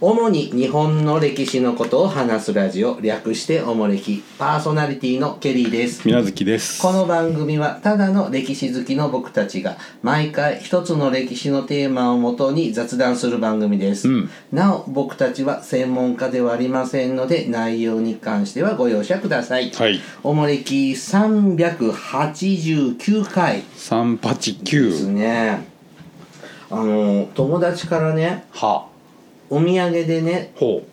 主に日本の歴史のことを話すラジオ略しておもれきパーソナリティのケリーです水無月ですこの番組はただの歴史好きの僕たちが毎回一つの歴史のテーマをもとに雑談する番組です、うんなお僕たちは専門家ではありませんので内容に関してはご容赦ください、はいおもれき389回です389ねあの友達からねはお土産でねほ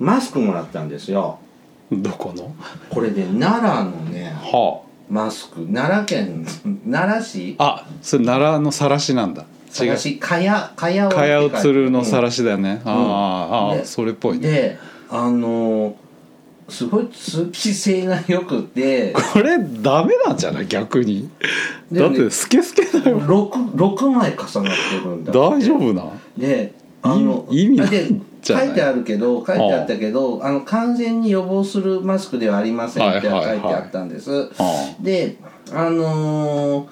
マスクもらったんですようどこのこれで奈良のねはマスク奈良県奈良市ああそれ奈良のさらしなんだ違う奈良市かやかやをかやをつるのさらししだよね、ああああでそれっぽいねであのーすごい通気性が良くてこれダメなんじゃない逆に、でだもっねてスケスケだよ 6, 六枚重なってるんだ大丈夫なであの意味意味だってないんじゃない書いてあるけど書いてあったけどあの完全に予防するマスクではありませんって書はいいてはいはあいったんです、あであのー、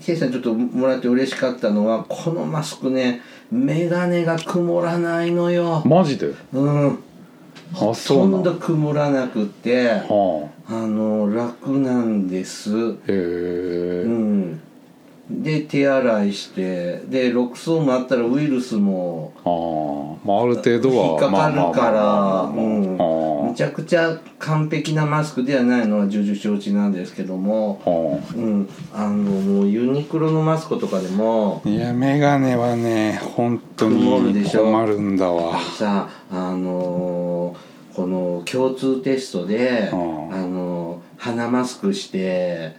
ケイさんちょっともらって嬉しかったのはこのマスクね眼鏡が曇らないのよマジでうんあそそうんなどん曇らなくてあはあの楽なんですへえ、うんで手洗いしてで6層もあったらウイルスもああまあある程度は引っかかるからまあまあまあまあまあうんむちゃくちゃ完璧なマスクではないのは重々承知なんですけどもああああうんあのもうユニクロのマスクとかでもいや眼鏡はね本当曇るにでしょ困るんだわさあのーこの共通テストで、うんあのー鼻マスクして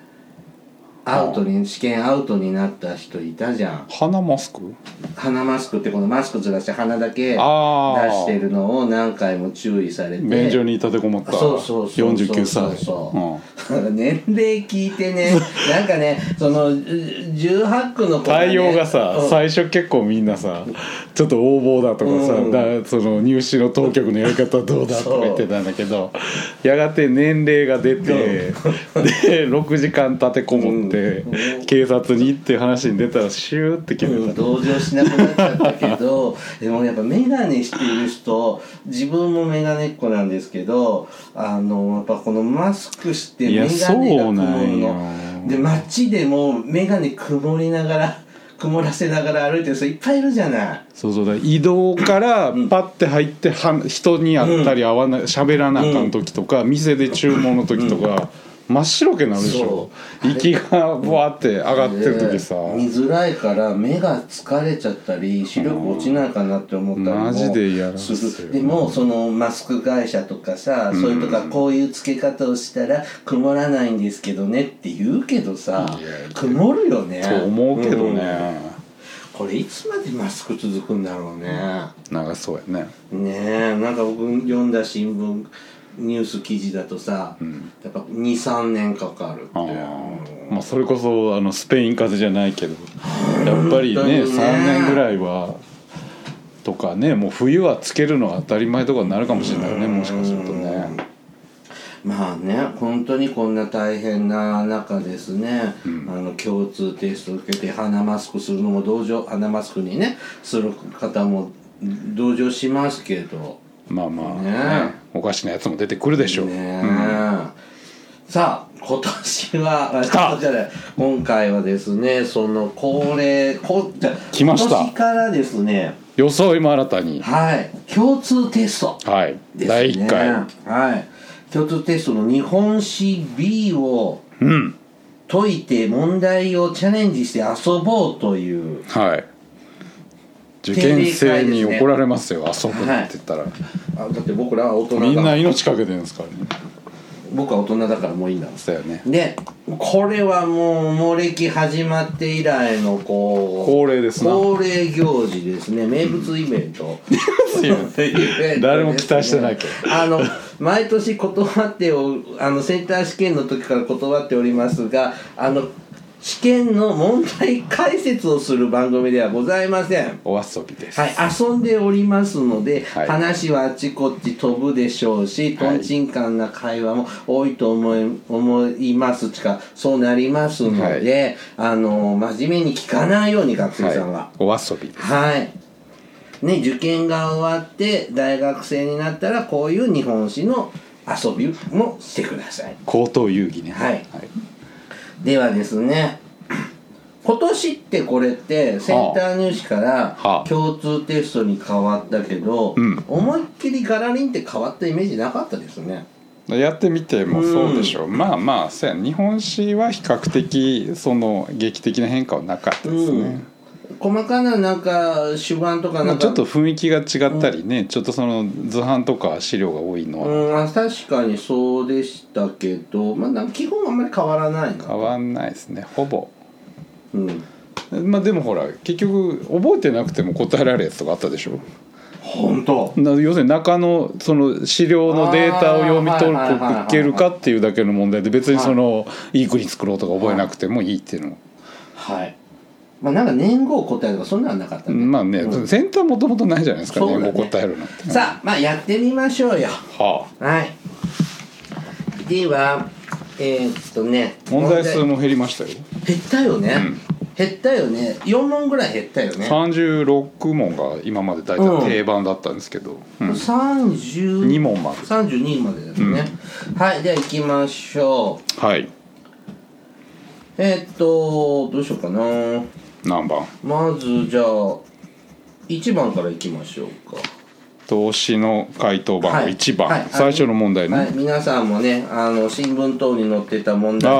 アウトに、試験アウトになった人いたじゃん鼻マスク鼻マスクってこのマスクずらして鼻だけ出あーしてるのを何回も注意されて便所に立てこもったそうそうそう49そう歳そううん年齢聞いて ねなんかねその18区の子ね対応がさ、うん最初結構みんなさちょっと横暴だとかさ、うんだその入試の当局のやり方どうだとか言ってたんだけどやがて年齢が出て、で6時間立てこもっうて、ん警察にっていう話に出たらシューって切れた、うん同情しなくなっちゃったけど でもやっぱ眼鏡している人自分も眼鏡っ子なんですけどあのやっぱこのマスクしてい眼や鏡がそうな曇るんよので街でも眼鏡曇りながら曇らせながら歩いてる人いっぱいいるじゃない。そうそうだ移動からパッて入っては人に会ったり会わない喋らなあかん時とか、店で注文の時とか、真っ白けなるでしょそう息がぶわって上がってる時さ、で見づらいから目が疲れちゃったり視力落ちないかなって思ったりもマジで嫌なんですするよでもそのマスク会社とかさ、そういうとかこういう付け方をしたら曇らないんですけどねって言うけどさいやいや曇るよねそう思うけどうんね、これいつまでマスク続くんだろうねなんかそうやねねえなんか僕読んだ新聞ニュース記事だとさ、やっぱ23年かかるってあーまあ、それこそあのスペイン風邪じゃないけどやっぱり本ね当にね3年ぐらいはとかねもう冬はつけるのは当たり前とかになるかもしれないねもしかするとねまあね本当にこんな大変な中ですね、あの共通テスト受けて鼻マスクするのも同情鼻マスクにねする方も同情しますけどまあまあねねおかしなやつも出てくるでしょう、ねえ、さあ今年は あた今年じゃない今回はですねその恒例こじゃ来ました今年からですね装いも新たにはい共通テストはい、ですね第1回はい共通テストの日本史 B をうん解いて問題をチャレンジして遊ぼうというはい受験生に怒られますよ、遊ぶなって言ったら、あだって僕らは大人だみんな命かけてるんですからね僕は大人だからもういいんだそうやねでこれはもうもれき始まって以来のこう恒例ですな恒例行事ですね名物イベント誰も期待してないけどあの毎年断っておあのセンター試験の時から断っておりますがあの試験の問題解説をする番組ではございませんお遊びです、はい、遊んでおりますので、はい話はあっちこっち飛ぶでしょうし、とんちんかんな会話も多いと思い思いますしか、そうなりますので、あの、真面目に聞かないように、学生さんは。お遊びですはい。ね、受験が終わって大学生になったらこういう日本史の遊びもしてください高等遊戯ねはいではですね今年ってこれってセンター入試からはあ共通テストに変わったけど、うん思いっきりガラリンって変わったイメージなかったですねやってみてもそうでしょう、まあまあそうや日本史は比較的その劇的な変化はなかったですね、細かななんか主眼とかまなあ、んかちょっと雰囲気が違ったりね、ちょっとその図版とか資料が多いのはうん、あ確かにそうでしたけど、まあなんか、基本あんまり変わらないな変わんないですねほぼうん、まあでもほら結局覚えてなくても答えられるやつとかあったでしょ本当な要するに中のその資料のデータを読み取あーはいはいはいはいるけるかっていうだけの問題で別にそのいい国作ろうとか覚えなくてもいいっていうのはいまあなんか年号答えとかそんなのはなかったね、まあね先端もともとないじゃないですかそねうだねもう答えるなんてさあまあやってみましょうよはあはいではえーっとね問題数も減りましたよ問題減ったよね、減ったよね4問ぐらい減ったよね36問が今まで大体定番だったんですけど、うん30 2問まで32までですね、はいでは行きましょうはいえーっとどうしようかな何番まずじゃあ1番からいきましょうか投資の回答番号はい1番、はい最初の問題ね、はい皆さんもねあの新聞等に載ってた問題あ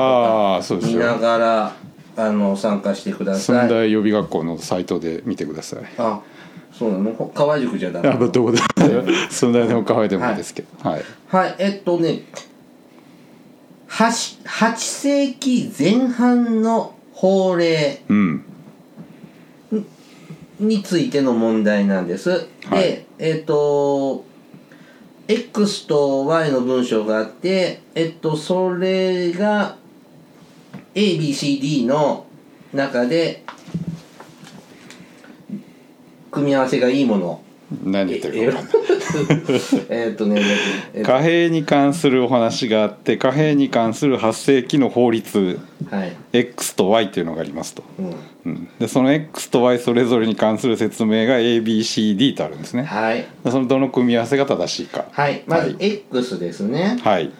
とあそかうです見よながらあの参加してくださ寸い大予備学校のサイトで見てくださいあそうなのほ河合塾じゃダメあまあどこでも寸大でも可愛いでもいいですけどはい、はいえっとね 8, 8世紀前半の法令うんについての問題なんです、はいでえっ、と X と Y の文章があってえっとそれが ABCD の中で組み合わせがいいもの何言ってるか分かんない えっとね、えっと貨幣に関するお話があって貨幣に関する8世紀の法律はい、 X と Y というのがありますと、うん、うん、でその X と Y それぞれに関する説明が ABCD とあるんですねはいでそのどの組み合わせが正しいかはいまずはい X ですね、はい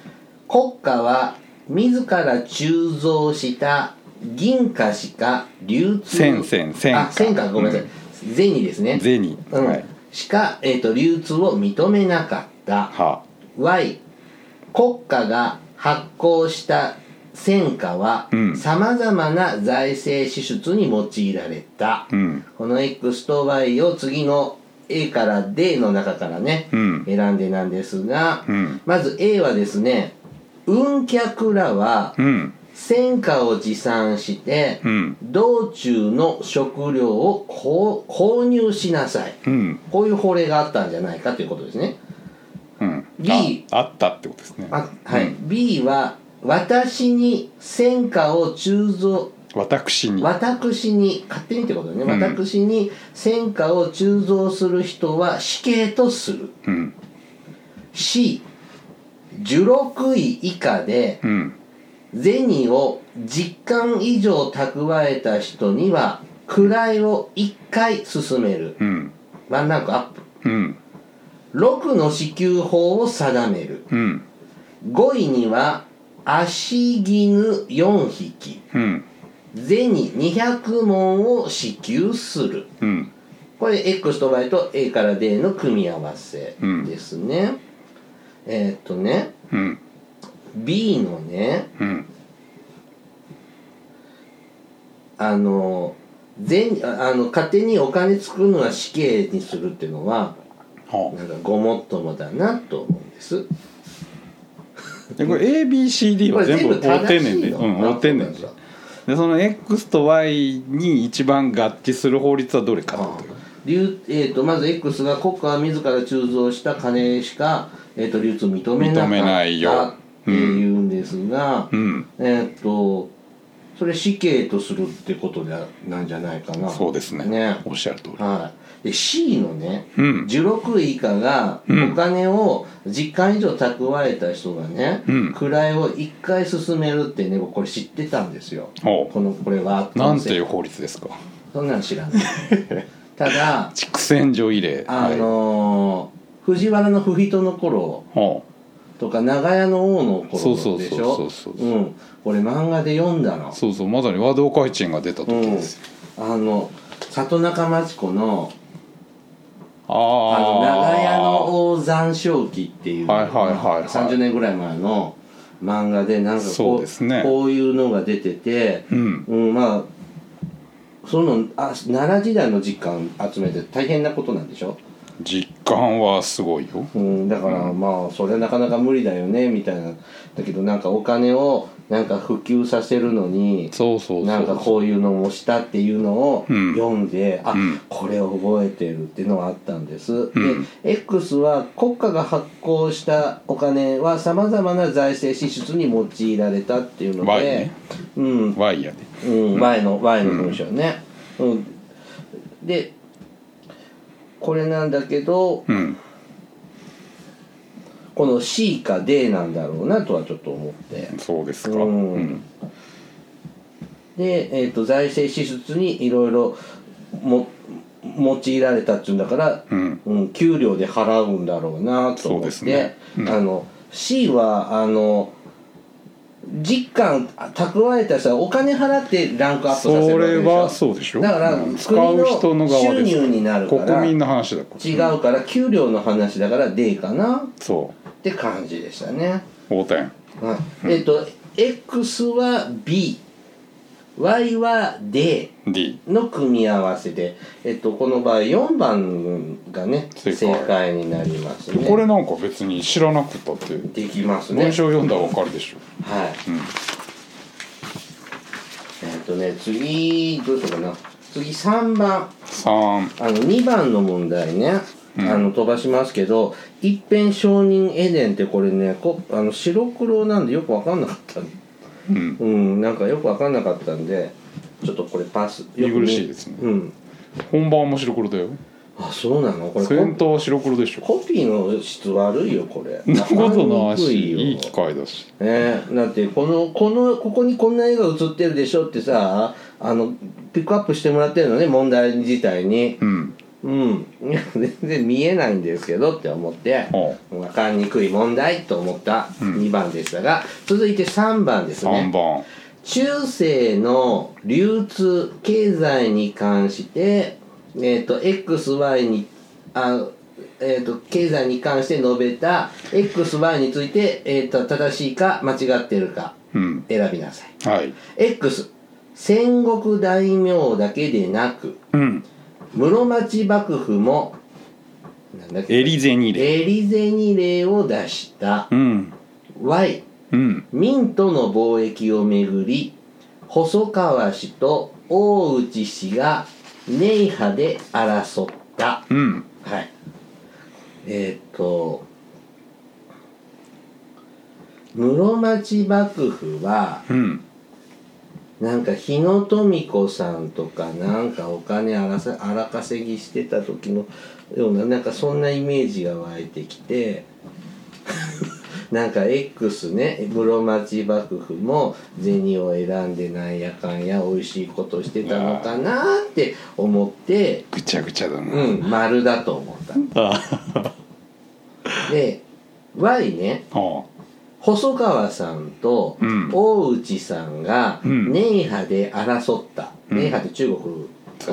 国家は自ら鋳造した銀貨しか流通銭銭銭貨あ銭貨ごめんなさい、銭ですね銭うんはいしか、えー、と流通を認めなかったは Y 国家が発行した戦果はうんさまざまな財政支出に用いられた、うんこの X と Y を次の A から D の中からね、うん選んでなんですが、うんまず A はですね運客らはうん戦果を持参して、うん道中の食料をこう購入しなさいうんこういう法令があったんじゃないかということですね。うん、 B ああったってことですねあはい B は私に戦果を鋳造私に私に勝手にってことね、ん私に戦果を鋳造する人は死刑とするうん C 16位以下でうん銭を10貫以上蓄えた人には位を1回進めるうんワンランクアップうん6の支給法を定めるうん5位には足絹4匹うん銭200文を支給するうんこれ X と Y と A から D の組み合わせですね、えーっとねうん B のねうんあの銭ああの勝手にお金作るのは死刑にするっていうのははなんかごもっともだなと思うんですあでこれ ABCD は全部大丁寧でうん大丁寧であでその X と Y に一番合致する法律はどれかあっていう流えー、とまず X が国家は自ら鋳造した金しか、えー、と流通を認めなか認めなっいたっよていうんですが、うんえーっとそれ死刑とするってことでなんじゃないかなそうですねねおっしゃる通りはい、で C のね、うん16位以下がうんお金を10貫以上蓄えた人がね、うん位を1回進めるってね僕これ知ってたんですよほこのこれはうなんていう法律ですか そんなの知らないただ畜洗所入れあはいのー藤原の不人の頃ほとか長屋の王のそ頃うそうでそうしそょうそううんこれ漫画で読んだのうそうそうまさに和道開珍が出た時うんですよ、あの里中町子の「あのああ長屋の王残照記」っていうはいはいはいはい30年ぐらい前の漫画でなんかそこうですねこういうのが出ててうんうん、まあそのあ奈良時代の実感集めて大変なことなんでしょ、実感はすごいようん、だからまあそれはなかなか無理だよねみたいなだけどなんかお金をなんか普及させるのにそうそうそうなんかこういうのもしたっていうのをうん読んで、あ、うんこれを覚えてるっていうのがあったんです、うんで X は国家が発行したお金はさまざまな財政支出に用いられたっていうので、 Y ねうん、ワイヤでうん、前の前の文章ね、うんでこれなんだけどうんこの C か D なんだろうなとはちょっと思ってそうですかううんん、で、えー、と財政支出にいろいろも用いられたっていうんだから、うんうん給料で払うんだろうなと思そうってですねうんあの C はあの実感蓄えた人はお金払ってランクアップさそせるわけでしょれはそうでしょだからうん国使う人の側です収入になるから国民の話だから違うから給料の話だからでいいかなそって感じでしたね、う横転はいえっ、と X は BY は D D の組み合わせで、えっと、この場合4番がね正正解解になりますねこれなんか別に知らなくったってできますね文章読んだらわかるでしょはいうんえっとね次どうしようかな次3番三あの2番の問題ね、うんあの飛ばしますけど「一辺承認エデン」ってこれねこあの白黒なんでよく分かんなかったうんうんなんかよく分かんなかったんでちょっとこれパス見よく苦見しいですねうん本番も白黒だよあそうなのこれ先コ頭は白黒でしょコピーの質悪いよこれそんなことないわかりにくしいいよ機会だしねだってこのこのここにこんな絵が映ってるでしょってさあのピックアップしてもらってるのね問題自体にうんうんいや全然見えないんですけどって思ってお分かりにくい問題と思った2番でしたが、続いて3番ですね三番中世の流通経済に関してえっ、と XY にあえっと経済に関して述べた XY について、えっと正しいか間違ってるかうん選びなさいはい X 戦国大名だけでなくうん室町幕府もなんだっけエリゼニレエリゼニ令を出したうん Y うん明との貿易をめぐり細川氏と大内氏が寧波で争ったうんはいえーっ、と室町幕府はうんなんか日野富子さんとかなんかお金荒さ荒稼ぎしてた時のようななんかそんなイメージが湧いてきて なんか X ね室町幕府も銭を選んでなんやかんや美味しいことしてたのかなって思ってぐちゃぐちゃだな、うん丸だと思った。あで Y ねあ細川さんとうん大内さんがうん寧波で争った、うん寧波って中国かそ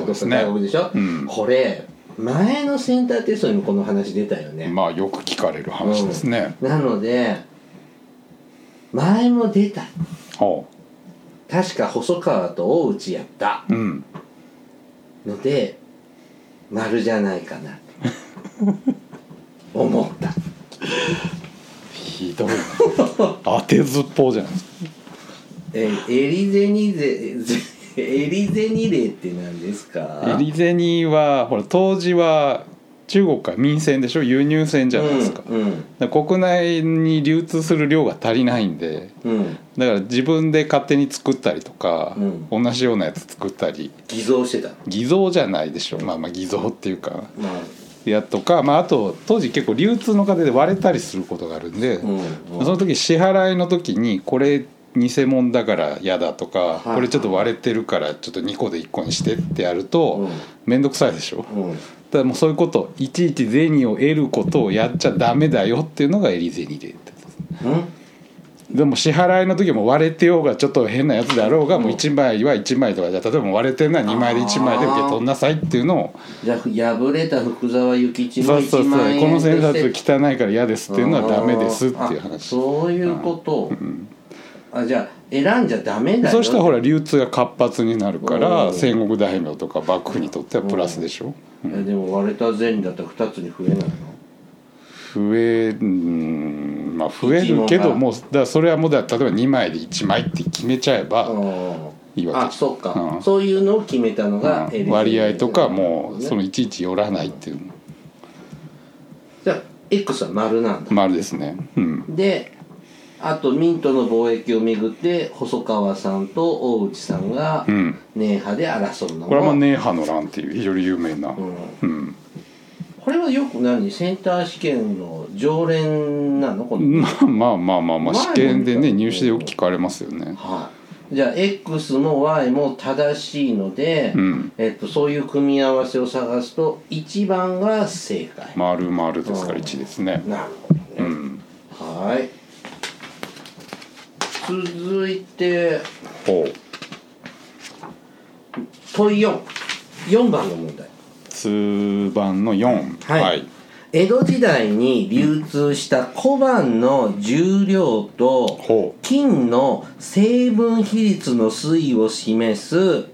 どうでっかすね外国でしょうんこれ前のセンターテストにもこの話出たよね、まあよく聞かれる話ですね、なので前も出たおう確か細川と大内やったうんので丸じゃないか なと思ったひどいな当てずっぽうじゃないですかえーエリゼニゼ ゼエリゼニレって何ですかエリゼニはほら当時は中国から民船でしょ輸入船じゃないですか,、うんうん国内に流通する量が足りないんでうん、だから自分で勝手に作ったりとか、う同じようなやつ作ったり偽造してた偽造じゃないでしょまあまあ偽造っていうかまあやとか、まあ、あと当時結構流通の過程で割れたりすることがあるんで、うんその時支払いの時にこれ偽物だから嫌だとか、はいこれちょっと割れてるからちょっと2個で1個にしてってやるとうん面倒くさいでしょ、うんだからもうそういうこといちいち銭を得ることをやっちゃダメだよっていうのがエリゼニでうんでも支払いの時も割れてようがちょっと変なやつであろうがもう1枚は1枚とかじゃあ例えば割れてるのは2枚で1枚で受け取んなさいっていうのをじゃあ破れた福沢諭吉そのうそ1うそう万円この千として冊汚いから嫌ですっていうのはダメですっていうあーあ話そういうこと、あじゃあ選んじゃダメだよそうしたらほら流通が活発になるかうらん戦国大名とか幕府にとってはプラスでしょえでも割れた銭だったら2つに増えないの増えうんまあ増えるけ一文どがもうだからそれはもうだ例えば2枚で1枚って決めちゃえば、いいわけあそっか、うんそういうのを決めたのが、うん割合とかもうそのいちいち寄らないっていうじゃあ X は丸なんだ、丸ですねうんであとミントの貿易をめぐって細川さんと大内さんがうん寧派で争うのもこれはまあネーハの乱っていう非常に有名なうんうんこれはよく何センター試験の常連なのこの、まあまあまあまあま前あも試験でね見た入試でよく聞かれますよねはい、じゃあ X も Y も正しいので、うんえっと、そういう組み合わせを探すと1番が正解、丸丸ですから1ですねなるほどね、うんはい続いてほう問44番の問題通番の4はい江戸時代に流通した小判の重量とほう金の成分比率の推移を示す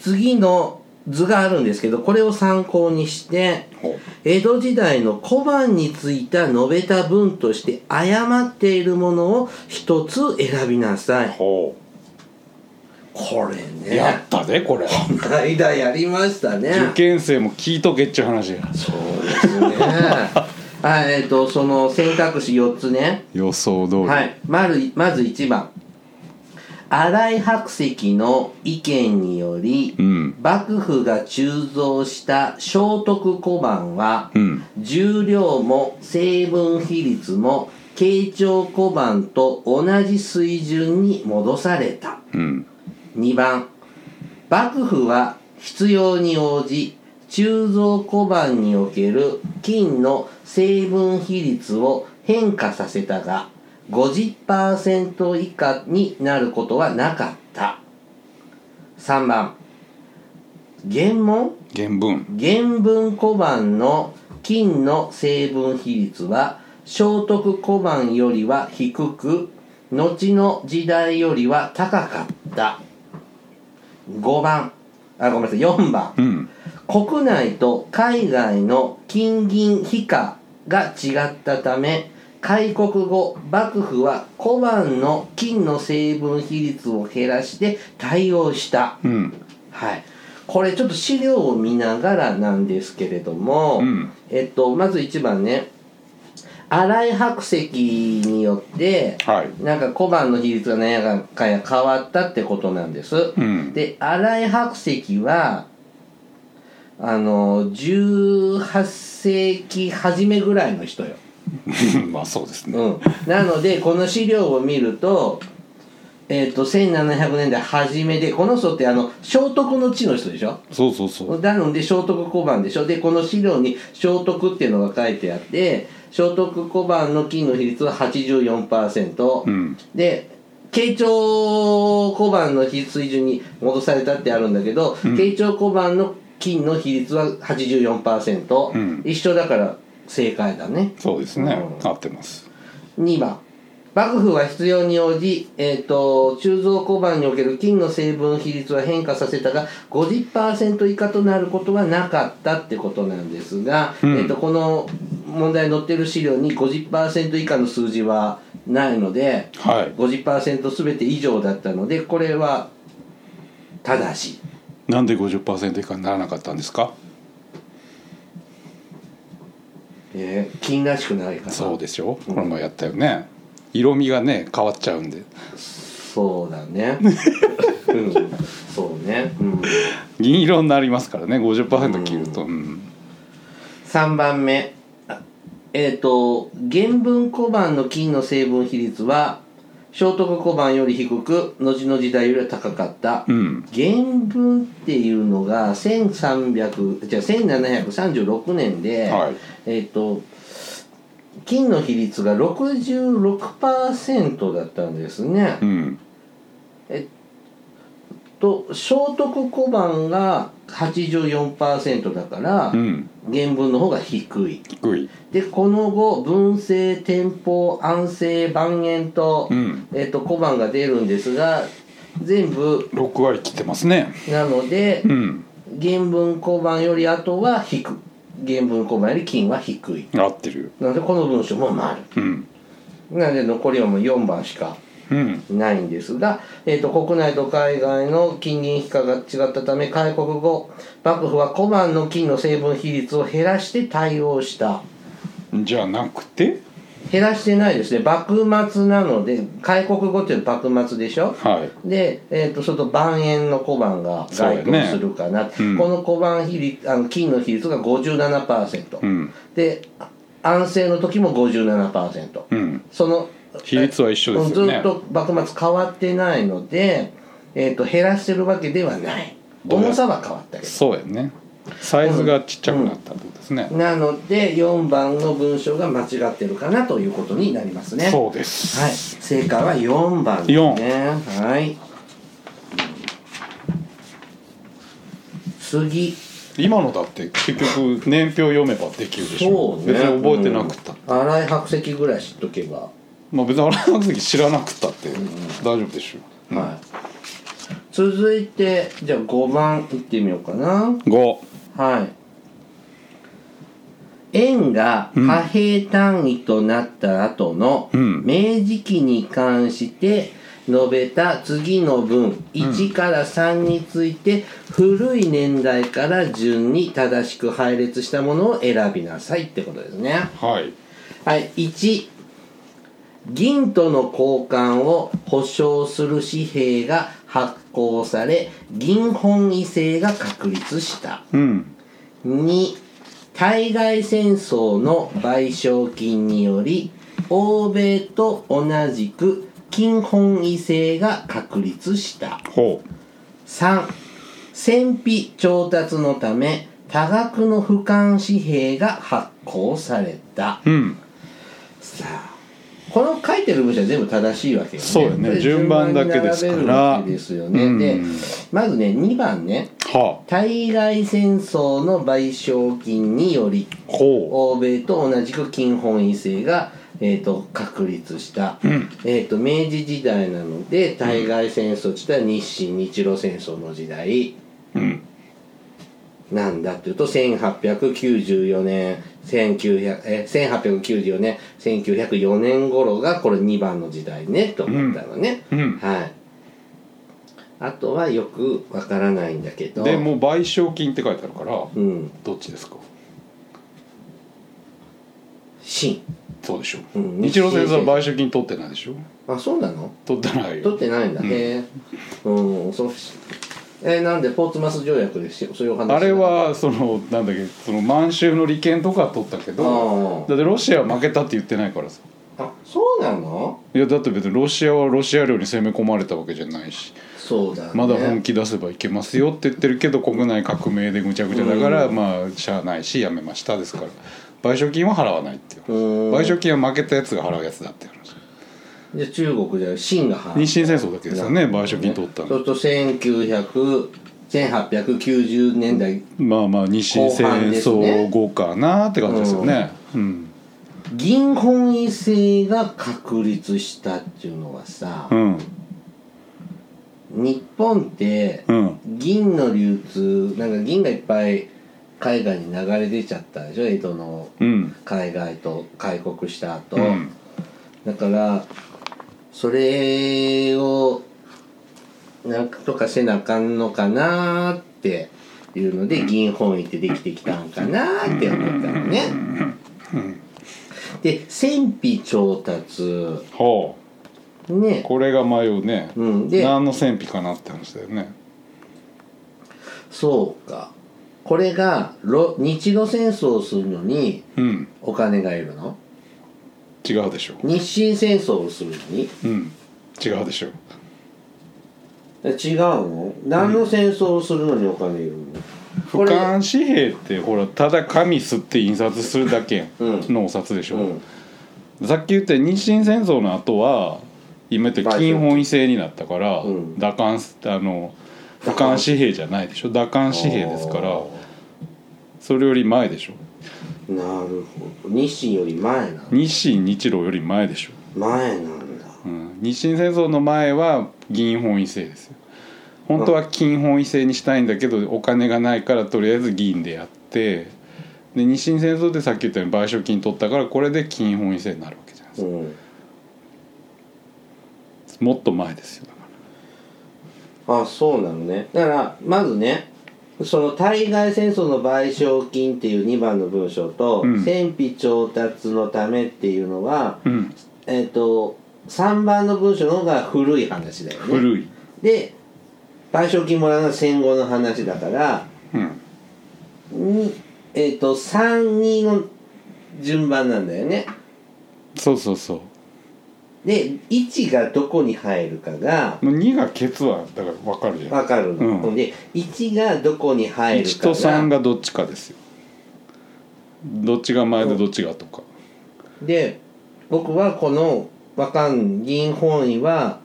次の図があるんですけどこれを参考にしてほ江戸時代の小判についた述べた文として誤っているものを一つ選びなさいうほこれうやねったでこれこの間やりましたね受験生も聞いとけっちゅう話やそうですね はいえっ、とその選択肢4つね予想通りはい、まるまず1番新井白石の意見により、うん幕府が鋳造した聖徳小判は、うん重量も成分比率も慶長小判と同じ水準に戻されたうん2番幕府は必要に応じ鋳造小判における金の成分比率を変化させたが50%以下になることはなかった3番原文原文原文小判の金の成分比率は聖徳小判よりは低く後の時代よりは高かった5番あごめんなさい4番うん国内と海外の金銀比価が違ったため開国後幕府は小判の金の成分比率を減らして対応したうんはい、これちょっと資料を見ながらなんですけれども、うんえっと、まず1番ね新井白石によってはいなんか小判の比率が何やかんや変わったってことなんです、うんで新井白石はあの18世紀初めぐらいの人よ、 まあそうですねうん、なのでこの資料を見ると,、えっと1700年代初めでこの人ってあの聖徳の地の人でしょそうそうそうなので聖徳小判でしょでこの資料に聖徳っていうのが書いてあって聖徳小判の金の比率は84%、うんで慶長小判の比率水準に戻されたってあるんだけど、慶長小判の金の比率は84%、うん一緒だから正解だねそうですねうん合ってます2番幕府は必要に応じ、えー、と鋳造小判における金の成分比率は変化させたが50%以下となることはなかったってことなんですが、うんえー、とこの問題に載ってる資料に50%以下の数字はないのではい50%全て以上だったのでこれは正しいなんで50%以下にならなかったんですかえー金らしくないからそうでしょうんこの前やったよね色味がね変わっちゃうんでそうだ ね、うん、そうね、うん銀色になりますからね50%切るとうん3番目あえっ、と原文小判の金の成分比率は聖徳小判より低く後の時代よりは高かった、うん原文っていうのが1300じゃあ1736年で、はいえっ、と金の比率が66%だったんですね、うんと聖徳小判が84%だから、うん原文の方が低い低いでこの後文政天保安政万円と,、うんえっと小判が出るんですが全部6割切ってますねなので、うん原文小判より後は低く原文小判より金は低い合ってるなのでこの文章も丸うんなので残りはもう4番しかうんないんですが、えー、と国内と海外の金銀比価が違ったため開国後幕府は小判の金の成分比率を減らして対応したじゃなくて減らしてないですね幕末なので開国後っていうのは幕末でしょはいで、えー、とそれと万円の小判が該そうだ当ねするかな、うんこの小判比率あの金の比率が57%、うんで安政の時も57%、うんその比率は一緒ですよねずっと幕末変わってないので、えー、と減らしてるわけではないどうや重さは変わったけそうやねサイズがちっちゃくなったってことですね、どなので4番の文章が間違ってるかなということになりますねそうです、はい正解は4番ですねはい次今のだって結局年表読めばできるでしょ別に覚えてなくった、うん荒い白石ぐらい知っとけばまあ別に原田時知らなくったって大丈夫でしょはい、続いてじゃあ5番いってみようかな五はい円が貨幣単位となった後のうん明治期に関して述べた次の文1から3について古い年代から順に正しく配列したものを選びなさいってことですね。はいはい、1銀との交換を保証する紙幣が発行され銀本位制が確立したうん2対外戦争の賠償金により欧米と同じく金本位制が確立したほ3戦費調達のため多額の俯瞰紙幣が発行されたううんさあこの書いてる文章は全部正しいわけよねそうよねこれ順番だけですから順番に並べるわけですよね、うんでまずね2番ねは対外戦争の賠償金によりあほ欧米と同じく金本位制が、えー、と確立した、んえー、と明治時代なので対外戦争って言ったら日清日露戦争の時代ううんなんだっていうと1894年1900え1894年1904年頃がこれ2番の時代ねと思ったのね、うんはいあとはよくわからないんだけどでもう賠償金って書いてあるからうんどっちですか真そうでしょうん日露戦争は賠償金取ってないでしょあそうなの取ってない取よってないんだ、へえうんそうえーなんでポーツマス条約でしそういうお話あれはそのなんだっけその満州の利権とかは取ったけあどーだってロシアは負けたって言ってないからさあそうなのいやだって別にロシアはロシア領に攻め込まれたわけじゃないしそうだねまだ本気出せばいけますよって言ってるけど国内革命でぐちゃぐちゃだから、まあしゃあないしやめましたですから賠償金は払わないっていうう話ん賠償金は負けたやつが払うやつだっていう話じゃあ中国では清が払う日清戦争だけですよね賠償金取ったそのうすると1900 1890年代まあまあ日清戦争後かなって感じですよねうん銀本位制が確立したっていうのはさう、ん日本ってうん銀の流通なんか銀がいっぱい海外に流れ出ちゃったでしょ江戸のうん海外と開国した後、うんだからそれをなんとかせなあかんのかなーっていうので銀本位ってできてきたんかなーって思ったのね。で戦費調達ほうねこれが迷うね、うんで何の戦費かなって話だよねそうかこれがロ日露戦争をするのにうんお金がいるの違うでしょ日清戦争をするのにうん違うでしょ違うの何の戦争をするのにお金いるの、俯瞰紙幣ってほらただ紙吸って印刷するだけやん、うんのお札でしうょ、ん、さっき言った日清戦争の後は今言って金本位制になったから、うん打艦あの俯瞰紙幣じゃないでしょ打艦紙幣ですからそれより前でしょなるほど日清より前なんだ日清日露より前でしょ、前なんだうん、日清戦争の前は銀本位制ですよ本当は金本位制にしたいんだけどお金がないからとりあえず銀でやってで日清戦争でさっき言ったように賠償金取ったからこれで金本位制になるわけじゃないでうんすかもっと前ですよだからあそうなのねだからまずねその対外戦争の賠償金っていう2番の文章と、うん戦費調達のためっていうのは、うんえっ、と3番の文章の方が古い話だよね古い、で賠償金もらうのは戦後の話だからうんにえっ、と32の順番なんだよねそうそうそで1がどこに入るかがうもう2がケツはだから分かるじゃんわかるの、うんで1がどこに入るか1と3がどっちかですよどっちが前でどっちがとかで僕はこの和漢銀本位は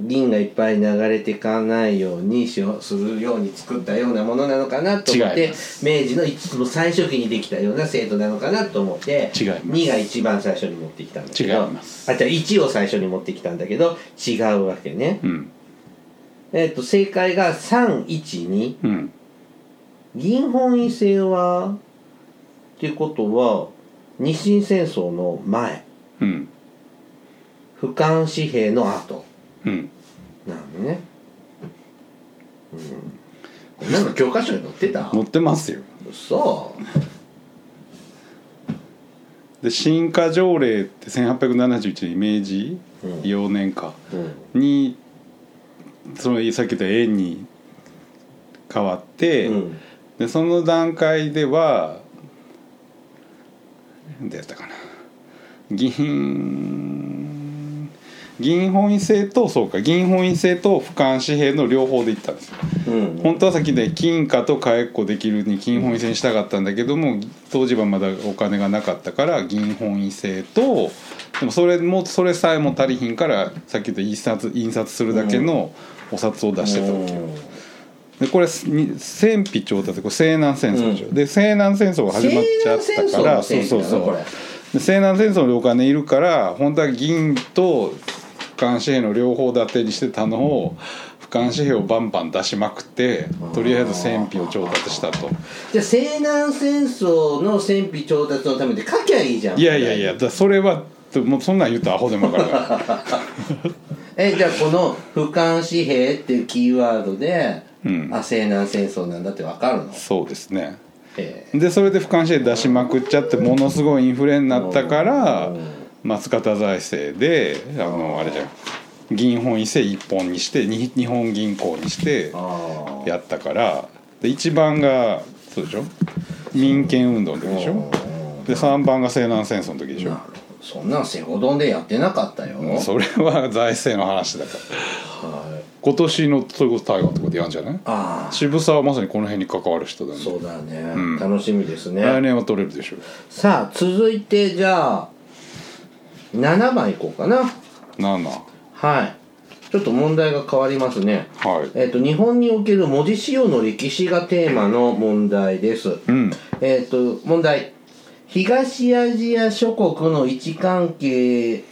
銀がいっぱい流れていかないようにしようするように作ったようなものなのかなと思っ違いてま明治の一の最初期にできたような制度なのかなと思って違います2が一番最初に持ってきたんだけど違いますあじゃあ1を最初に持ってきたんだけど違うわけね、うんえっと正解が312うん銀本位制はっていうことは日清戦争の前うん俯瞰紙幣の後うんなのね、うん、なんか教科書に載ってた乗ってますよそうで新化条例って1871年明治うん4年かうんにそのさっき言った円に変わって、うんでその段階では何やったかな銀銀本位制とそうか銀本位制と俯瞰紙幣の両方でいったんですようん本当はさっきね金貨と換えっこできるに金本位制にしたかったんだけども当時はまだお金がなかったから銀本位制とでもそれもそれさえも足りひんからさっき言った印刷印刷するだけのお札を出してたわけよ。でこれに戦費調達これ西南戦争でしょ、で西南戦争が始まっちゃったから西南戦争のせいだよそうそうそこうれで西南戦争のお金いるから本当は銀と俯瞰紙幣の両方立てにしてたのを俯瞰紙幣をバンバン出しまくってとりあえず戦費を調達したとじゃあ西南戦争の戦費調達のためで書きゃいいじゃんいやいやいやだそれはもうそんなん言うとアホでも分から ないえじゃあこの俯瞰紙幣っていうキーワードで、うんあ西南戦争なんだってわかるのそうですねええでそれで俯瞰紙幣出しまくっちゃってものすごいインフレになったからうん松方財政であのあれじゃん銀本位制1本にしてに日本銀行にしてあやったからで1番がそうでしょ民権運動の時でしょで3番が西南戦争の時でしあょそんなんセゴドンでやってなかったよ、それは財政の話だからはい今年のそれこそ大河とかでやるんじゃないああ渋沢はまさにこの辺に関わる人だよねそうだね、ん楽しみですね、来年は取れるでしょさあ続いてじゃあ7番いこうかな7ははいちょっと問題が変わりますねいえっ、と日本における文字使用の歴史がテーマの問題です、うんえっ、と問題東アジア諸国の位置関係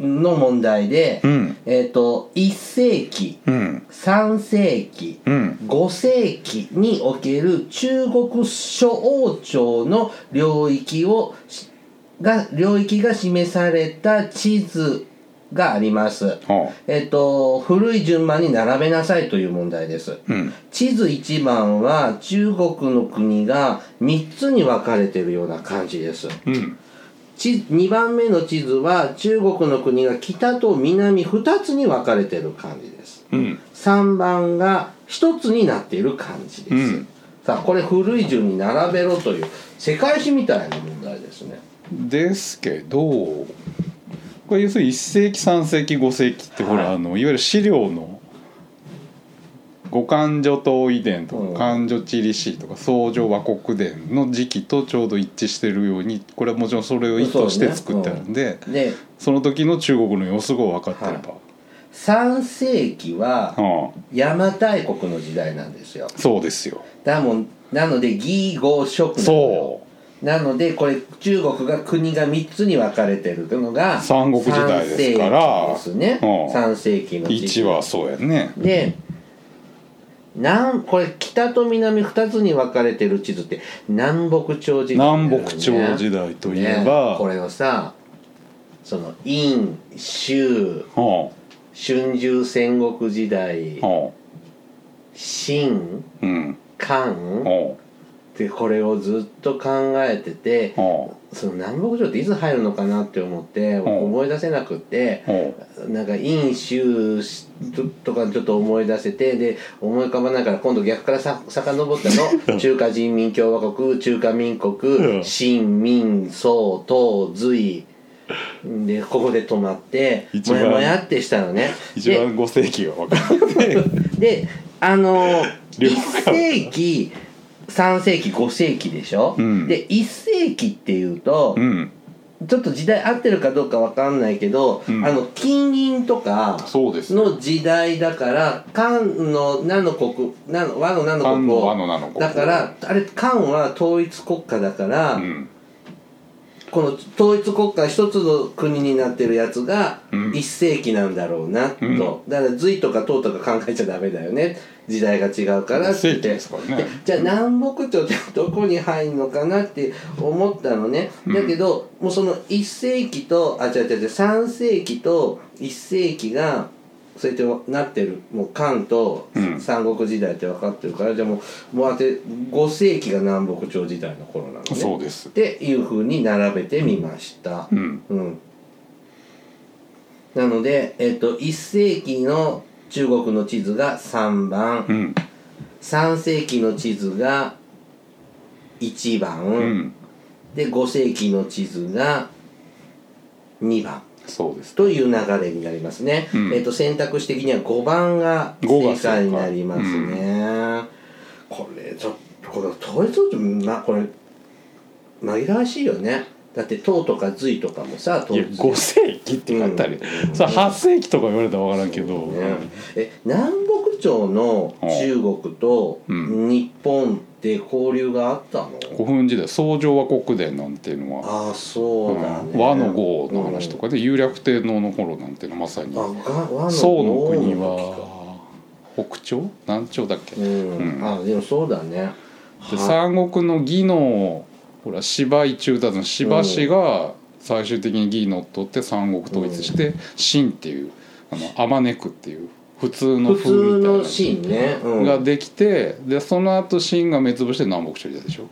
の問題で、うんえっ、と1世紀うん3世紀、うん5世紀における中国諸王朝の領域をしが領域が示された地図があります。はえっと、古い順番に並べなさいという問題です。あうん地図1番は中国の国が3つに分かれているような感じです。うん地2番目の地図は中国の国が北と南2つに分かれている感じです。うん3番が1つになっている感じです、うんさあこれ古い順に並べろという世界史みたいな問題ですねですけどこれ要するに1世紀3世紀5世紀ってほら、はいあのいわゆる資料の五感女島遺伝とうんか環女地理史とか相乗和国伝の時期とちょうど一致してるようにこれはもちろんそれを意図して作ってあるんででそ,、の時の中国の様子が分かってれ3世紀はば、うん、邪馬台国の時代なんですよそうですよだもんなので義語色なのよそなのでこれ中国が国が3つに分かれてるのが三国時代ですから3世紀ですね、うん3世紀の時期1はそうやねで南これ北と南2つに分かれてる地図って南北朝時代だよね、南北朝時代といえねば、これをさその陰秋は春秋戦国時代あは秦あうん漢はってこれをずっと考えててあはその南北朝っていつ入るのかなって思って僕うん思い出せなくってあはあなんか陰州とかちょっと思い出せてで思い浮かばないから今度逆からさ遡った の中華人民共和国中華民う国ん新民宋唐隋でここで止まって一も番やもやってしたのね一番5世紀が分かるでであのー、了1世紀3世紀5世紀でしょ、うんで1世紀っていうと、うんちょっと時代合ってるかどうかわかんないけど、うんあの金銀とかそうですの時代だから漢の何の国何の和の何の漢国の和をのなの国だからあれ漢は統一国家だから、うんこの統一国家一つの国になってるやつがうん一世紀なんだろうなと、うんだから隋とか唐とか考えちゃダメだよね時代が違うからって言っ一世紀てですからねでじゃあ南北朝ってどこに入るのかなって思ったのね、だけどもうその一世紀とあ違う違う違う3世紀と一世紀がそうやってなってるもう漢とうん三国時代って分かってるから、じゃあもうもうあて5世紀が南北朝時代の頃なのね。そうですっていうふうに並べてみましたう、んうん、なので、えっと1世紀の中国の地図が3う番ん3世紀の地図が1番、うんで5世紀の地図が2番そうですという流れになりますね、うんえっと選択肢的には5番が五正が正解解になりますね、これちょっとこれ統一王朝まこれ紛らわしいよねだって唐とか隋とかもさい統や一5世紀ってなったり、うんそれ8世紀とか言われたら分からんけど、ねえ南北朝の中国とうん日本って交流があったの、古墳時代創上和国伝なんていうのは、ああそうだね、うん和の号の話とか、かで有楽天皇の頃なんていうのはまさにあが和の宋の豪国時かは北朝南朝だっけ、うでん、あでもそうだねは三国の義のほら芝居中だの芝氏が最終的に義の取って三国統一して秦、っていうあのあまねくっていう普通の普通風みたいのな。シーンね、うんができてでその後秦が滅亡して南北朝時代でしょ、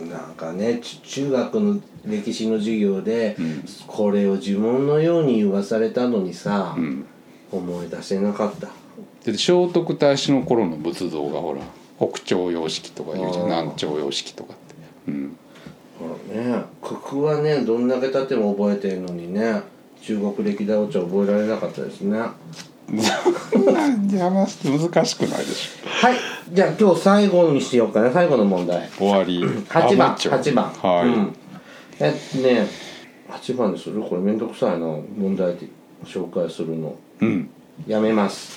うん、なんかねち中学の歴史の授業で、うんこれを呪文のように言わされたのにさ、うん、思い出せなかったで聖徳太子の頃の仏像がほら北朝様式とかいうじゃんあー南朝様式とかって、うん、 ほらね九九はねどんだけ経っても覚えてるのにね中国歴代王朝覚えられなかったですねは話して難しくないでしいじゃあ今日最後にしようかな最後の問題ょ終わり8番アマチュア8番はい、うん、えね8番にするこれめんどくさいな問題で紹介するのうんやめます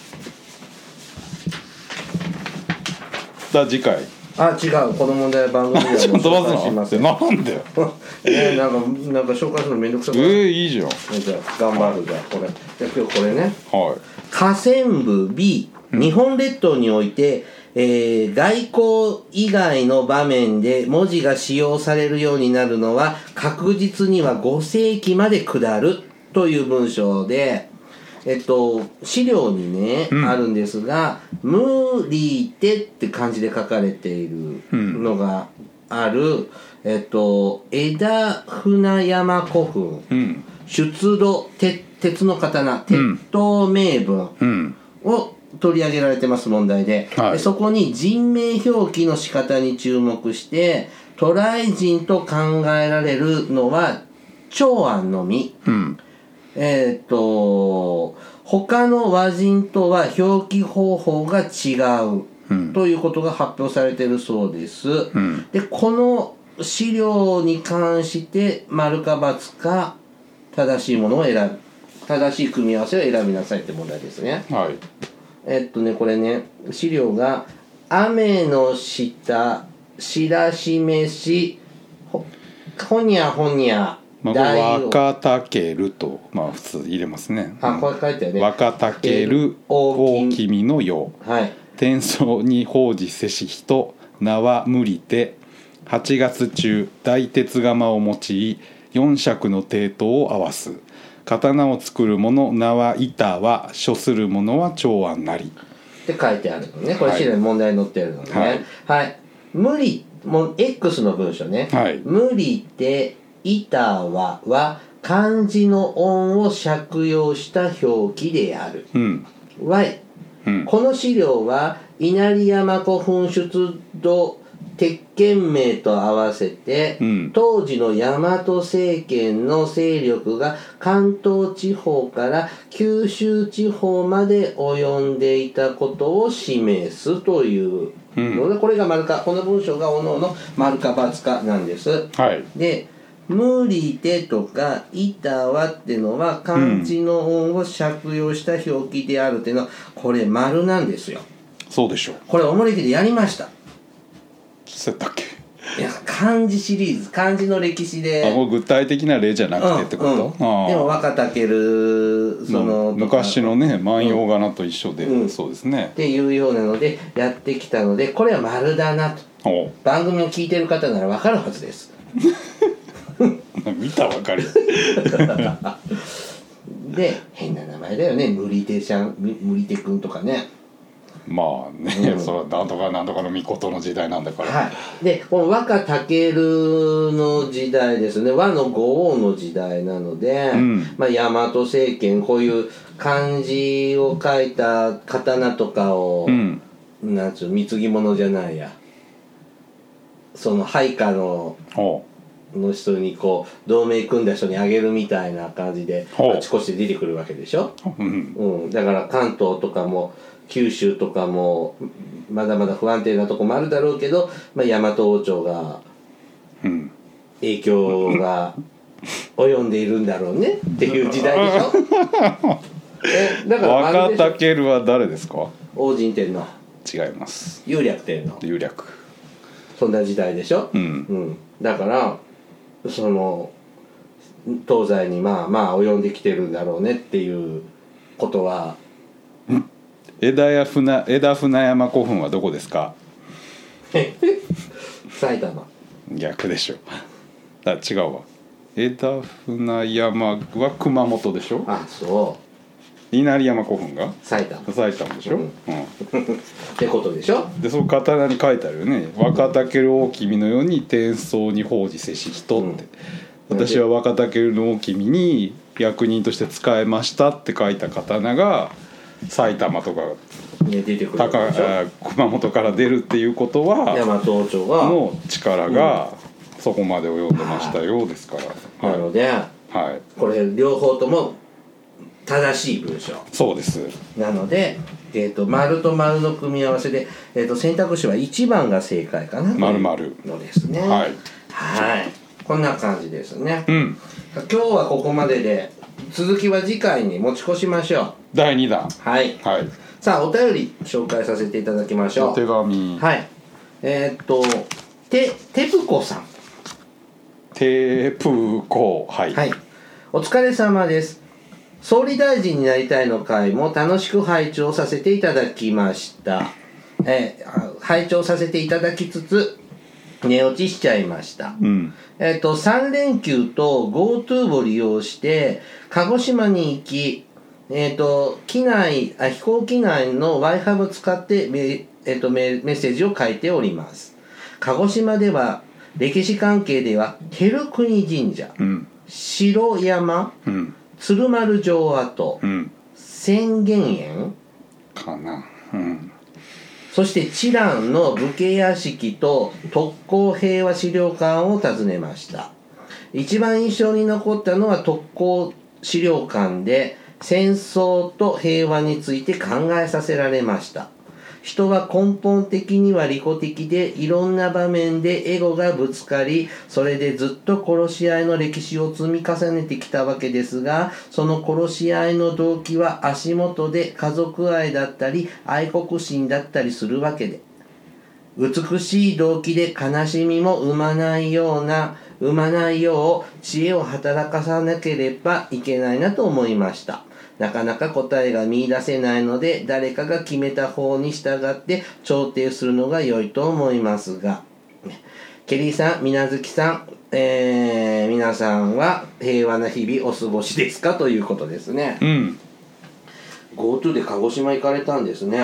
だ次回あ違うこの問題は番組では ちょっともう待つのっ てねなんだよえなんかなんか紹介するのめんどくさえくないー、いいじゃんじゃあ頑張るじゃあこれじゃあ今日これねは河川部 B 日本列島において、えー外交以外の場面で文字が使用されるようになるのは確実には5世紀まで下るという文章で、えっと、資料にね、んあるんですが「無理て」って漢字で書かれているのがある、えっと、枝船山古墳いうん出土鉄鉄の刀鉄刀名分うんを取り上げられてます問題で,、はいでそこに人名表記の仕方に注目して渡来人と考えられるのは長安のみうんえっ、と他の和人とは表記方法が違う、うんということが発表されているそうです、んでこの資料に関して丸か×か正しいものを選ぶ正しい組み合わせを選びなさいって問題ですねはいえっとねこれね資料が「雨の下しらし飯ほほにゃほにゃまあ、これ大王若たけると、まあ、普通入れますね。あこれ書いてあるね若たける大大き君のよう。はい天相に奉じせし人名は無理て8月中大鉄釜を用い四尺の帝刀を合わす刀を作る者名は板は所する者は長安なりって書いてあるのねこれはい資料に問題に載ってるのねはい、はい、無理もう X の文章ねはい無理で板は」は漢字の音を借用した表記であるうんはうんこの資料は稲荷山古墳出土鉄拳名と合わせて、うん当時の大和政権の勢力が関東地方から九州地方まで及んでいたことを示すというので、これが丸かこの文章がおのおの丸か×かなんです。はいで「無理で」とか「板は」ってのは漢字の音を借用した表記であるっていうのはこれ丸なんですよそうでしょうこれおもれきでやりましたそうだっけいや漢字シリーズ漢字の歴史であもう具体的な例じゃなくてってこと、うんうんああでも若竹るそのうん昔のね万葉仮名と一緒で、うんそうですねっていうようなのでやってきたのでこれは丸だなとおう番組を聞いてる方ならわかるはずです見たば かりで変な名前だよね無理手ちゃん無無理手くんとかねまあね、それはなんとかなんとかの御事の時代なんだから、はい、でこの和歌たけるの時代ですね和の五王の時代なので、うんまあ、大和政権こういう漢字を書いた刀とかを、うんなんつう貢ぎ物じゃないやその配下のおうの人にこう同盟組んだ人にあげるみたいな感じでほうあちこちで出てくるわけでしょ、うんうん、だから関東とかも九州とかもまだまだ不安定なとこもあるだろうけど、まあ、大和王朝がうん影響 が及んでいるんだろうねっていう時代でし ょえだからま若るで竹は誰ですか王神天皇違います雄略天皇有略そんな時代でしょ、うんうん、だからその東西にまあまあ及んできてるんだろうねっていうことは枝や船枝船山古墳はどこですか埼玉逆でしょあ違うわ枝船山は熊本でしょあそう稲荷山古墳が埼玉っ埼玉でしょ、ううんんてことでしょでその刀に書いてあるよね「若竹大君のように天相に奉じせし人」って、うん私は若竹の大君に役人として使えましたって書いた刀が埼玉とかね出てくる高でしょあ熊本から出るっていうこと大は和王朝がの力がそこまで及んでましたようですかなら、のはで、い、はい、これ両方とも正しい文章そうですなので、えー、と丸と丸の組み合わせで、えー、と選択肢は1番が正解かな丸々のですねはいはいこんな感じですね、うん今日はここまでで続きは次回に持ち越しましょ第2弾うはいはいさあお便り紹介させていただきましょお手う紙はいえっ、とててぷこさんテープコはい、はい。お疲れ様です。総理大臣になりたいの会も楽しく拝聴させていただきました。えーあ拝聴させていただきつつ、寝落ちしちゃいました。うんえっ、と、3連休と GoTo を利用して、鹿児島に行き、えっ、と、機内あ、飛行機内の YHub を使ってメ,、えー、とメメッセージを書いております。鹿児島では、歴史関係では、照国神社、うん白山うん鶴丸城跡うん浅間園かなうんそして知覧の武家屋敷と特攻平和資料館を訪ねました一番印象に残ったのは特攻資料館で戦争と平和について考えさせられました人は根本的には利己的でいろんな場面でエゴがぶつかりそれでずっと殺し合いの歴史を積み重ねてきたわけですがその殺し合いの動機は足元で家族愛だったり愛国心だったりするわけで美しい動機で悲しみも生まないような生まないよう知恵を働かさなければいけないなと思いましたなかなか答えが見出せないので誰かが決めた方に従って調停するのが良いと思いますがケリーさん、みなずきさん、えー、皆さんは平和な日々お過ごしですかということですねうん GoTo で鹿児島行かれたんですね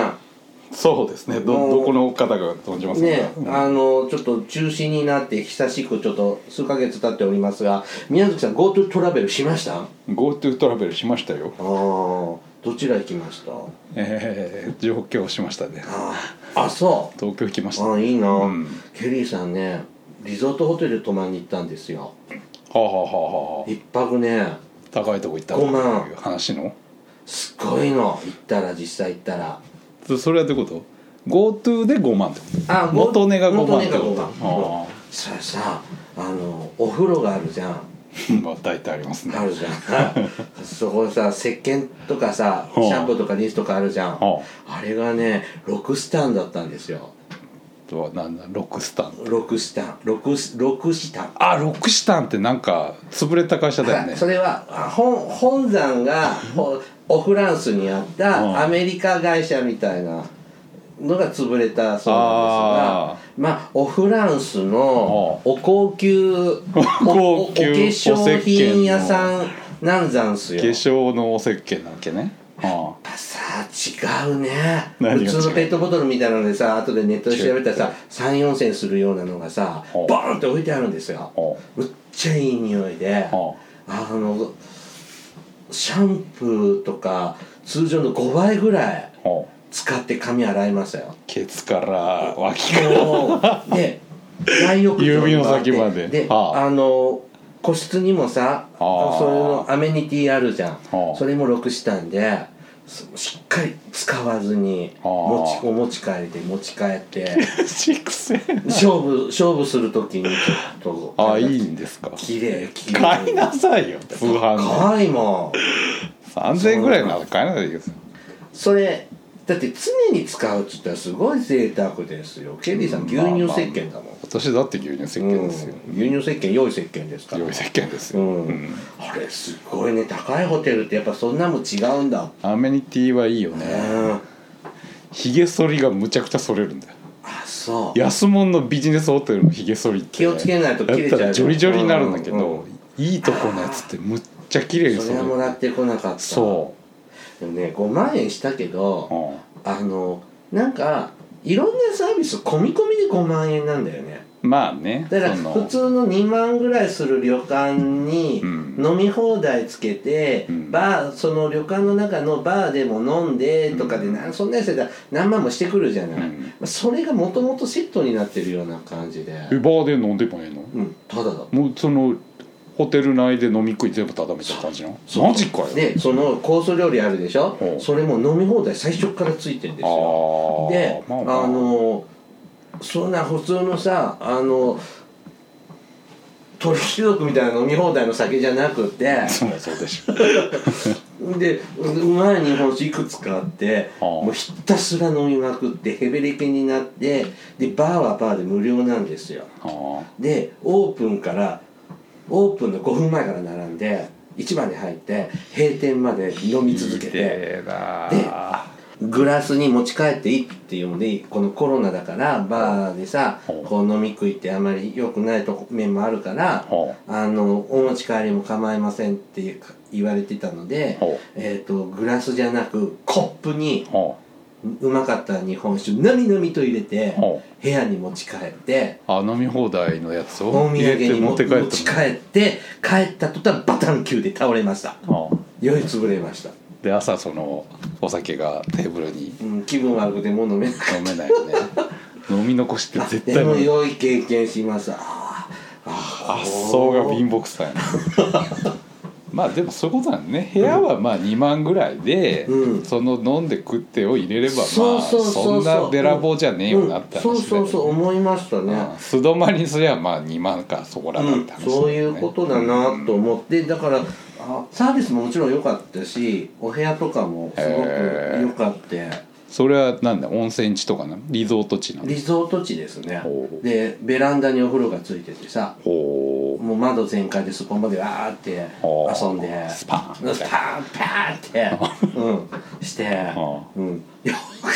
そうですねどもうどこの方が存じますか、ねうんあのちょっと中止になって久しくちょっと数ヶ月経っておりますが宮崎さん GoTo トラベルしましたああ GoTo トラベルしましたよどちら行きましたえー、上京しましたねあーあそ東京行きましうたはああいいな、うんケリーさんねリゾートホテル泊まりに行ったんですよあ、はあはあはあ、一泊ね高いとこ行ったごめんっていう話のすっごいの行ったら実際行ったらそそれはどういうこと GoTo で5万ってことあ元値が5万ってこ元値とが5万あそれさあのお風呂があるじゃんあまあ大体ありますねあるじゃんそこさ石鹸とかさシはあャンプーとかリンスとかあるじゃん、はあれがね6スタンだったんですよとはなんだロックスタン6スタン 6, 6スタンあロックスタンってなんか潰れた会社だよはねいそれはあ本本山がほオフランスにあっうんたアメリカ会社みたいなのが潰れたそうなんあですがまあオフランスのお高 級おお高お化級お石粧鹸の品屋さんなんざんすよ化粧のお石鹸なわけねあやっぱさ違うね何普が違う通のペットボトルみたいなのでさ後でネットで調べたらさ34千するようなのがさほボうーンって置いてあるんですよほむっちゃいい匂いであはあのシャンプーとか通常の5倍ぐらいあはあ使って髪洗いましたよケツから 脇からもうで大浴場指のもあって先までで、はああ、の個室にもさあーそういうのアメニティあるじゃん、あそれも6したんでそしっかり使わずにあー持ちお持ち帰りで持ち帰ってちくせえな勝負勝負する時にちょっとあいいいんですか綺麗綺麗買いなさいよ通販可愛いもんで3000円ぐらいなら買えないでいいですよそれだって常に使うっつったらすごい贅沢ですよケリーさん牛乳石鹸だもん、私だって牛乳石鹸ですよ、うん牛乳石鹸良い石鹸ですから良い石鹸ですうよ、んあれすごいね高いホテルってやっぱそんなもん違うんだアメニティはいいようねんひげ剃りがむちゃくちゃ剃れるんだよあそう安物のビジネスホテルのひげ剃りって気をつけないと切れちゃうよやったらジョリジョリになるんだけど、うんういいとこのやつってむっちゃ綺麗にそ剃れはもれらるってこなかったそうでもね5万円したけうどんあのなんかいろんなサービス込み込みで5万円なんだよねまあねだからその普通の2万ぐらいする旅館にうん飲み放題つけて、うんバーその旅館の中のバーでも飲んでとかで、うんなんそんなやつだったら何万もしてくるじゃない、うんまあそれがもともとセットになってるような感じで、えバーで飲んでもええの、うん、ただだもうそのホテル内で飲み食い全部畳めちゃう感じなのマジかよでそのコース料理あるでしょほうそれも飲み放題最初からついてんですあよーで、まああまあのそんな普通のさあの鳥貴族みたいな飲み放題の酒じゃなく てそうそうでし ょでうまい日本酒いくつかあってああもうひたすら飲みまくってヘベレケになってでバーはバーで無料なんですよあでオープンからオープンの5分前から並んで市場に入って閉店まで飲み続けてえなでグラスに持ち帰っていいっていうのでこのコロナだからバーでさほうこう飲み食いってあまり良くないとこ面もあるからほあのお持ち帰りも構いませんっていうか言われてたのでほ、えー、とグラスじゃなくコップにほうまかった日本酒なみなみと入れてほ部屋に持ち帰ってうあ飲み放題のやつお土を産入れてに持もって帰っ持ち帰たって帰った途端バタン級で倒れましたのああ酔いつぶれました、で朝そのお酒がテーブルにうん、気分悪くてもう飲めなかった飲めないよ ね飲み残しって絶で対もに良い経験しますあーあ 発想が貧乏くさいなまあでもそういうことなんね部屋はまあ2万ぐらいで、うんその飲んで食ってを入れればまあそうそうそうそんうなべらぼうじゃねえよなって話だようねんそうそうそう思いましたね、うん素泊まりにすりゃまあ2万かそこらだっうんて話だよね、そういうことだなと思って、だからあサービスももちろん良かったしお部屋とかもすごくへー良かってそれはなんだ温泉地とかなのリゾート地なのリゾート地ですねほうでベランダにお風呂がついててさほもう窓全開でそこまでわーってほう遊んでスパーンスパーンパーンって、うん、してほ、うん、よ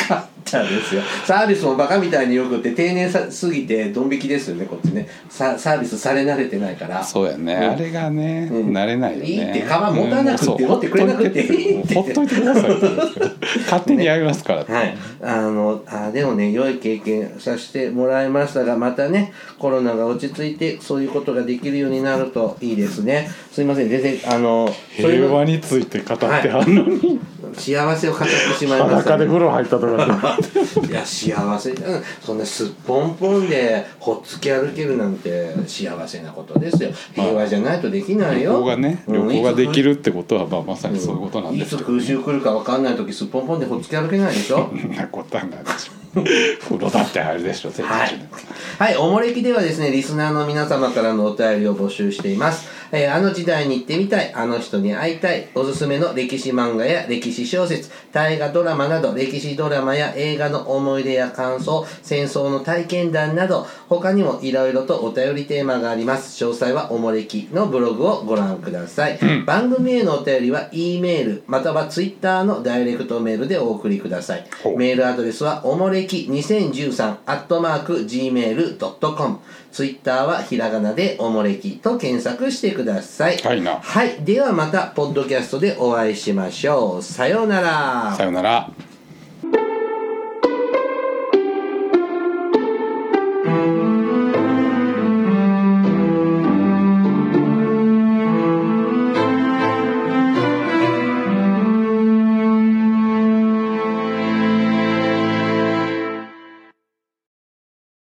かったですよサービスもバカみたいによくって丁寧さすぎてドン引きですよねこっちねさサービスされ慣れてないからうそうやね、うんあれがね、ん慣れないよねいいって皮持たなくて持ってくれなくていいってほっといてくださいって 勝手にやりますからって、はい、あのあでもね良い経験させてもらいましたがまたねコロナが落ち着いてそういうことができるようになるといいですねすいません全然あのそういう平の和について語ってあんのに、幸せを語ってしまいまし裸たでね、風呂入ったとかって いや幸せ、うん、そんなすっぽんぽんでほっつき歩けるなんて幸せなことですよ平和じゃないとできない旅よ行がねうん旅行ができるってことはまあまさにそういうことなんいでつすけど、空襲来るか分かんない時すっぽんぽんでほっつき歩けないでしょそんなことはないでしょ風呂だって入るでしょ全然、はい、はい、おもれきではですね、リスナーの皆様からのお便りを募集しています。えーあの時代に行ってみたい、あの人に会いたい、おすすめの歴史漫画や歴史小説、大河ドラマなど、歴史ドラマや映画の思い出や感想、戦争の体験談など、他にもいろいろとお便りテーマがあります。詳細はおもれきのブログをご覧ください。番組へのお便りは、E メール、または Twitter のダイレクトメールでお送りくださいほ。うメールアドレスはおもれき2013アットマーク Gmail.com ツイッターはひらがなでおもれきと検索してくださいはいなはいではまたポッドキャストでお会いしましょうさようならさよなら